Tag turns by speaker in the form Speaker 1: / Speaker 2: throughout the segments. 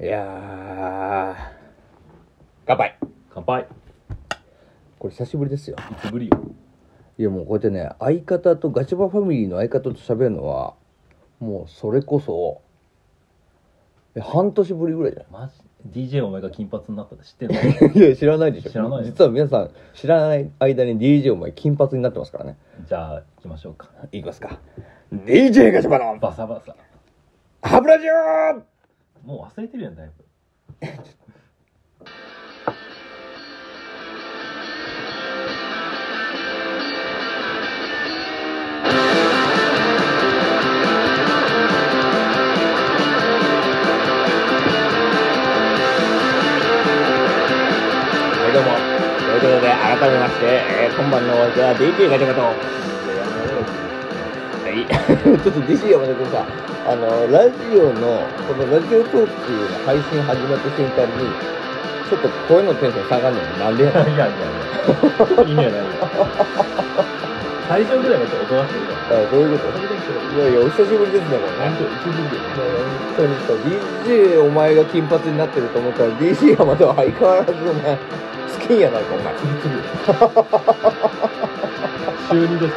Speaker 1: いやー乾杯
Speaker 2: 乾杯
Speaker 1: これ久しぶりですよ
Speaker 2: いつぶりよ
Speaker 1: いやもうこうやってね相方とガチバファミリーの相方と喋るのはもうそれこそえ半年ぶりぐらいじ
Speaker 2: マジ DJ お前が金髪になったって知ってんの
Speaker 1: ゃ ないいや知らないでしょ
Speaker 2: 知らないよ
Speaker 1: 実は皆さん知らない間に DJ お前金髪になってますからね
Speaker 2: じゃあ行きましょうか
Speaker 1: いきますか DJ ガチバの
Speaker 2: バサバサ
Speaker 1: ハブラジオ
Speaker 2: もう忘れてるやんだいぶ
Speaker 1: はいどうもということで改めまして、えー今晩のお相手は DJ ガチャガチャとはい ちょっと DC 山田君さあのラジオのこのラジオトークの配信始まった瞬間にちょっと声のテンション下がるのになん でや
Speaker 2: いや
Speaker 1: ねん
Speaker 2: いやいや意味はないよ最初ぐらいはちょっとおとなしく
Speaker 1: あどういうこといやいやお久しぶりですねこれ
Speaker 2: 本
Speaker 1: ね
Speaker 2: 当一部で
Speaker 1: もう本当にさ DJ お前が金髪になってると思ったら DC 山田は相変わらずお前好きやないかお前
Speaker 2: つぶつぶ週2で撮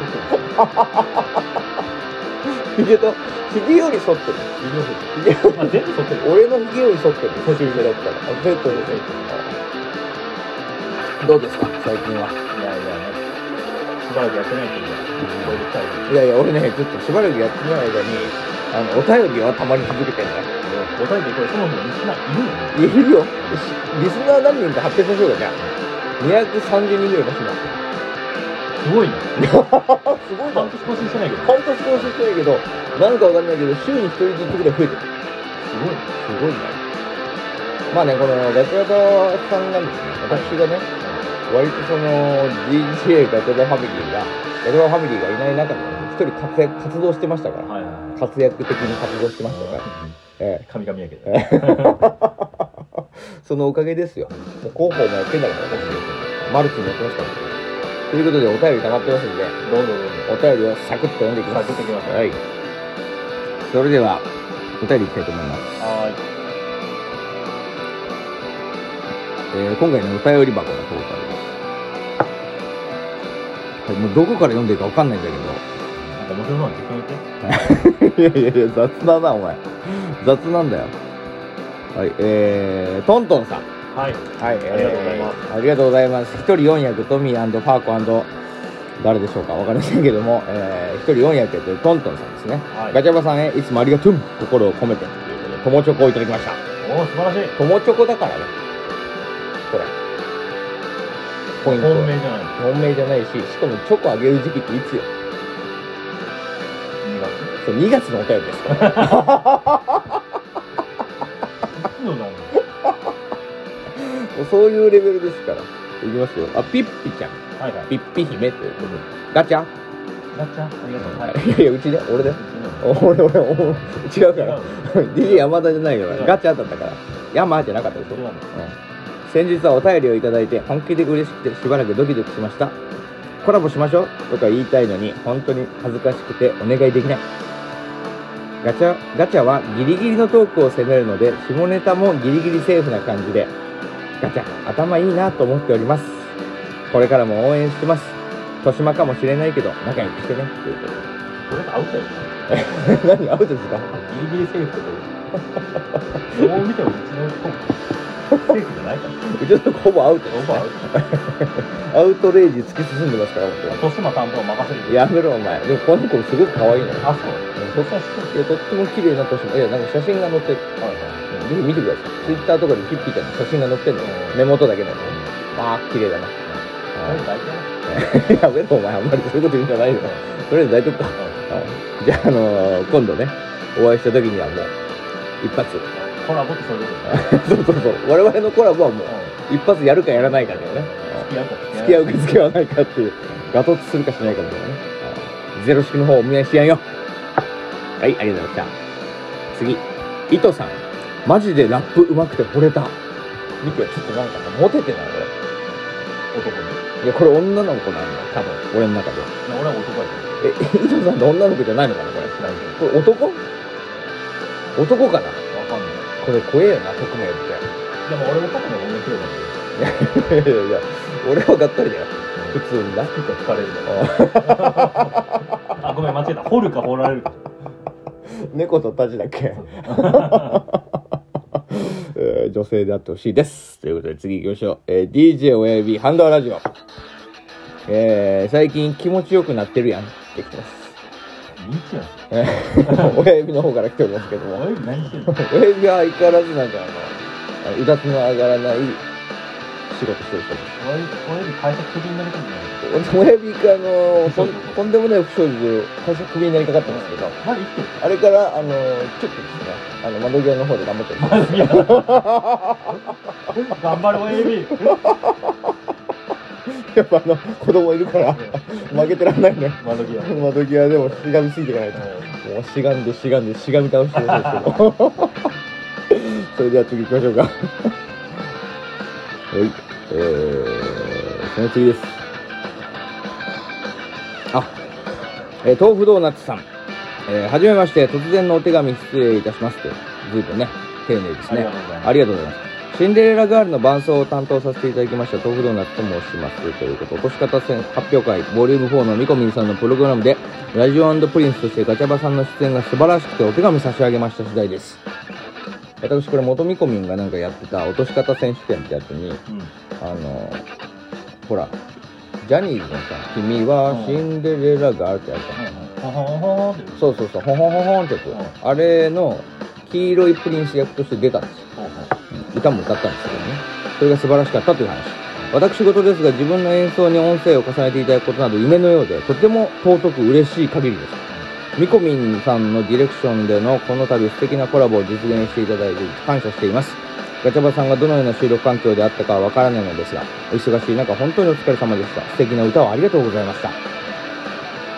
Speaker 2: ってる
Speaker 1: ひげとひげより剃ってる
Speaker 2: ビデオ撮って
Speaker 1: ひげ
Speaker 2: るまあ全部撮ってる
Speaker 1: 俺のひげを剃ってる年上だったらあベッドで剃ってるどうですか最近はい
Speaker 2: やいやしばらくやってないけどこれで最後
Speaker 1: いやいや俺ねちょっとしばらくやってない間にあのお便りはたまり続けてんだ
Speaker 2: 答えてこれそもそも西ないるの
Speaker 1: いるよリスナー何人か発表しましょうかじゃあ230人ぐらい出します
Speaker 2: すごいな
Speaker 1: あすごいな
Speaker 2: 半年更新してないけど
Speaker 1: 半年更新してないけどなんかわかんないけど週に1人ずつぐらい増えてる
Speaker 2: すご
Speaker 1: すごいねま
Speaker 2: いな
Speaker 1: あねこのガチガチさんがですね私がね割とその DJ ガチャガファミリーがガチャガファミリーがいない中でね一人活躍活動してましたから
Speaker 2: はいはいはい
Speaker 1: 活躍的に活動してましたから、え
Speaker 2: 神々やけど。
Speaker 1: え、そのおかげですよもう広報もやってんだから私マルチもやってましたからということでお便り溜まってますんで
Speaker 2: どうぞどう
Speaker 1: お
Speaker 2: ぞ。
Speaker 1: 便りをサクッと読んでいきます
Speaker 2: サクッといきましょう
Speaker 1: はいそれではお便りいきたいと思います
Speaker 2: は
Speaker 1: えー今回のお便り箱の方からです、はい、もうどこから読んでいいか分かんないんだ
Speaker 2: ーい。なんか面白そうなの聞こ
Speaker 1: けどいやいやいや雑だなお前雑なんだよはいえー、トントンさん
Speaker 2: えて。はい。
Speaker 1: はい、、
Speaker 2: ありがとうございます
Speaker 1: ありがとうございます一人4役トミーパーコ誰でしょうか分かりませんけども、えー、一人4役やってるトントンさんですね、
Speaker 2: はい
Speaker 1: ガチャバさんへいつもありがとう心を込めて友チョコをいただきました
Speaker 2: おお、素晴らしい。
Speaker 1: 友チョコだからねこれポイントは
Speaker 2: 本命じゃない。
Speaker 1: 本命じゃないししかもチョコあげる時期っていつよ
Speaker 2: 2月。
Speaker 1: そう2月のお便りですから
Speaker 2: いつのなの
Speaker 1: もうそういうレベルですからいきますよあピッピちゃん
Speaker 2: はいはい。
Speaker 1: ピッピ姫ということでガチャ
Speaker 2: なっちゃん、ありがとう。はい。
Speaker 1: いやいやうちね俺ね俺俺俺違うから DJ 山田じゃ ないからガチャだったから山じゃなかったですよ先日はお便りをいただいて本気で嬉しくてしばらくドキドキしましたコラボしましょうとか言いたいのに本当に恥ずかしくてお願いできないガチャガチャはギリギリのトークを攻めるので下ネタもギリギリセーフな感じでガチャ頭いいなと思っておりますこれからも応援してます豊島かもしれないけど仲良くしてねというこ
Speaker 2: これがアウトやで
Speaker 1: とで 何アウトですか
Speaker 2: ギリギリセーフってことどう見てもうちのトークセーフじゃないから。
Speaker 1: うちのとこほぼアウトで
Speaker 2: オ
Speaker 1: す
Speaker 2: ー
Speaker 1: ね
Speaker 2: バーアウ
Speaker 1: アウトレイジ突き進んでますから僕は
Speaker 2: ト。年島担当任せる。。
Speaker 1: やめろお前でもこの子すごく可愛いのよ
Speaker 2: あ、そ
Speaker 1: そ
Speaker 2: う。
Speaker 1: っかいやとっても綺麗な年もいやなんか写真が載ってる
Speaker 2: はいは
Speaker 1: ぜひ見てくださいツイッターとかでピッピちゃんの写真が載ってるのよ目元だけなのよあー綺麗だな、
Speaker 2: い。これ大体。
Speaker 1: はいやめろお前あんまりそういうこと言うんじゃないよとりあえず大丈夫か、はいじゃああのー今度ねお会いした時にはもう一発
Speaker 2: コラボってそういうこと
Speaker 1: そうそうそう我々のコラボはもう
Speaker 2: だよ。
Speaker 1: 一発やるかやらないかだよね
Speaker 2: 付き合うか
Speaker 1: 付き合うか付き合わないかっていうガトツするかしないかだからねはいゼロ式の方お見合いしやんよはいありがとうございました次伊藤さんマジでラップ上手くて惚れたミキはちょっとなんかモテてない
Speaker 2: 男に。
Speaker 1: 俺いやこれ女の子なんだよ多分俺の中で
Speaker 2: いや俺は男やけど。
Speaker 1: え伊藤さんって女の子じゃないのかなこれ
Speaker 2: 知らんけ
Speaker 1: こ
Speaker 2: ど。
Speaker 1: れ男男かな
Speaker 2: わかんない。
Speaker 1: これ怖えよな匿名っ
Speaker 2: でも俺も過去の方が面白いもんね
Speaker 1: て いやいやいや俺はがっかりだよ普通にな
Speaker 2: 作って疲れるからあごめん間違えた掘るか掘られるか
Speaker 1: 猫とタジだっけ、えー女性であってほしいですということで次行きましょう、えー DJ 親指ハンドアラジオ、えー最近気持ちよくなってるやんって来てます
Speaker 2: 未知やん
Speaker 1: えー親指の方から来ておりますけども
Speaker 2: おい何してんの
Speaker 1: 親指は相変わらずなんかあのうだつの上がらない仕事してるそうです
Speaker 2: おい俺より会社クビになりたくない
Speaker 1: 親指があのとんとんでもない不祥事で会社クビになりかかってますけど
Speaker 2: まだ生きてる
Speaker 1: あれからあのちょっとですねあの窓際の方で頑張ってる
Speaker 2: まずいや頑張る親指
Speaker 1: やっぱあの子供いるから負けてらんないんだよ
Speaker 2: 窓際
Speaker 1: 窓際でもしがみついていかないともうしがんでしがんでしがみ倒してほしいですけど それでは次行きましょうか はいえー、その次ですあ、えー豆腐ドーナツさんえーはじめまして突然のお手紙失礼いたしますってずいぶんね丁寧です
Speaker 2: あり
Speaker 1: ね
Speaker 2: がとうござい
Speaker 1: あ
Speaker 2: ます
Speaker 1: りがとうございます。シンデレラガールの伴奏を担当させていただきました、豆腐ドーナツと申します。ということで、お越し方戦発表会、ボリューム4のミコミンさんのプログラムで、ラジオプリンスとしてガチャバさんの出演が素晴らしくてお手紙差し上げました次第です。私、これ、元ミコミンがなんかやってた、落とし方選手権ってやつに、
Speaker 2: うん
Speaker 1: あの、ほら、ジャニーズのさ、君はシンデレラガールってやつじゃん
Speaker 2: ほほほほって
Speaker 1: そうそうそう、ほほほほんってやつ
Speaker 2: うん。
Speaker 1: あれの、黄色いプリンス役として出たんですよ。
Speaker 2: ほほ
Speaker 1: 歌も歌ったんですけどねそれが素晴らしかったという話私事ですが自分の演奏に音声を重ねていただくことなど夢のようでとても尊く嬉しい限りですみこみんさんのディレクションでのこの度素敵なコラボを実現していただいて感謝していますガチャバさんがどのような収録環境であったかはわからないのですがお忙しい中本当にお疲れ様でした素敵な歌をありがとうございました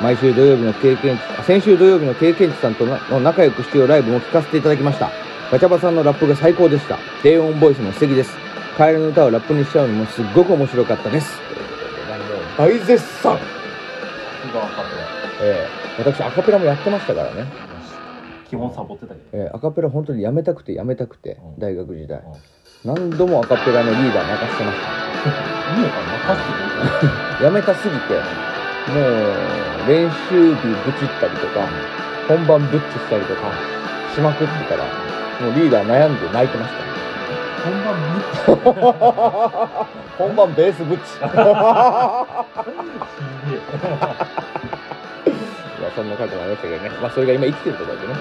Speaker 1: 毎週土曜日の経験値あ先週土曜日の経験値さんとのの仲良くしてよライブも聞かせていただきましたガチャバさんのラップが最高でした低音ボイスも素敵ですカエルの歌をラップにしちゃうのもすっごく面白かったです大絶賛
Speaker 2: 一番分かっ
Speaker 1: ええ私アカペラもやってましたからね、
Speaker 2: て基本サボってたけど
Speaker 1: ええアカペラ本当にやめたくてやめたくて
Speaker 2: うん
Speaker 1: 大学時代
Speaker 2: うん
Speaker 1: 何度もアカペラのリーダー泣かしてまし
Speaker 2: いいのかな任せてくれた
Speaker 1: たやめたすぎてもう練習日ブチったりとか本番ブッチしたりとかしまくってたらもうリーダー悩んで泣いてました
Speaker 2: 本番ぶっ
Speaker 1: 本番ベースブッチ
Speaker 2: ちぎれ
Speaker 1: いやそんな過去もありましたけどねまあそれが今生きてるところでね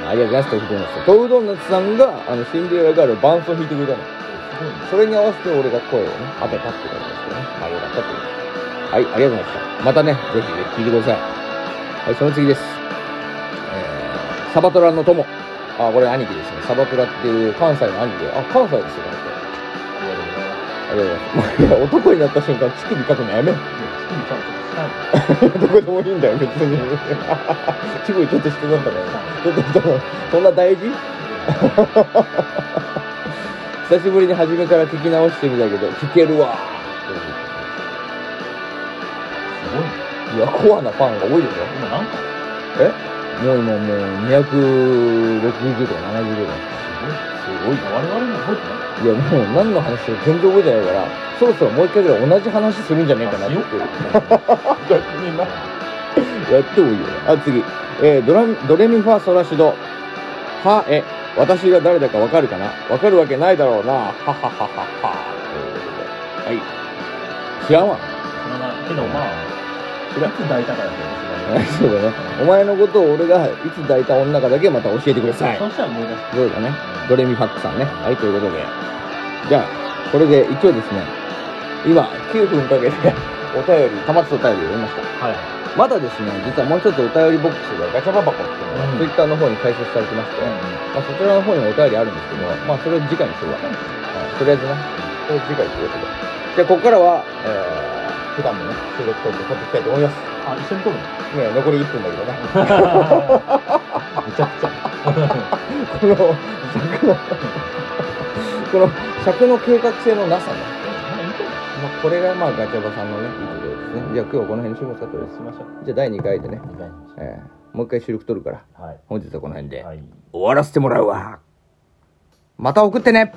Speaker 1: うんありがとうございます豆腐ドーナツさん豆腐ドーナツさんがあのシンデレラガールの伴奏を弾いてくれたの
Speaker 2: すご
Speaker 1: それ
Speaker 2: いね
Speaker 1: に合わせて俺が声をね当てたってことですけどねまあよかったってことはいありがとうございましたまたねぜひぜひ聞いてくださいはいその次ですえー、サバトラの友あこれ兄貴ですねサバトラっていう関西の兄貴であ関西ですよこの人ありがとうございます。いや、 男になった瞬間、乳首書くのやめ。どこでもいいんだよ、別に。 乳首ちょっとしてなんだから。ちょっと、ちょっとそんな大事久しぶりに初めから聞き直してみたけど、聞けるわ。
Speaker 2: すごいね
Speaker 1: いや、コアなファンが多いですよ。
Speaker 2: 今なんか
Speaker 1: えもう今もう260とか70とか。
Speaker 2: すごいすごい我々も覚えて
Speaker 1: い
Speaker 2: ない
Speaker 1: や、もう何の話か全然覚えてないから、そろそろもう一回ぐらい同じ話するんじゃねえかなっていう。逆にな。やってもいいよね。あ、次。えードラミドレミファソラシド。は、え、私が誰だかわかるかなわかるわけないだろうな。ははははは。ということではい。知らんわ。
Speaker 2: けどまあいつ抱いたから
Speaker 1: はいそうだね。お前のことを俺がいつ抱いた女かだけまた教えてください。
Speaker 2: そうしたら思い出す
Speaker 1: そうだね。ドレミファックさんね。はい、ということで。じゃあ、これで一応ですね、今、9分かけてお便り、たまってたお便りを読みました。
Speaker 2: はい
Speaker 1: まだですね、実はもう一つお便りボックスがガチャババコっていうのが、
Speaker 2: うん
Speaker 1: Twitter の方に開設されてまして、まあ、そちらの方にもお便りあるんですけど、まあ、それを次回にするわ。はいとりあえずね、それを次回ということで。じゃあ、ここからは、えー、普段のね、収録トークを撮っていきたいと思います。
Speaker 2: あ一緒に撮るの
Speaker 1: ね、残り1分だけどね。
Speaker 2: めちゃくちゃ
Speaker 1: この尺のこの 尺の計画性のなさね、まあ、これがまあガチャバさんのねいいところですねじゃあ今日はこの辺にしますかとりあえず
Speaker 2: しましょう
Speaker 1: じゃあ第2回でね、えーもう一回収録取るから
Speaker 2: はい
Speaker 1: 本日はこの辺で
Speaker 2: はい
Speaker 1: 終わらせてもらうわまた送ってね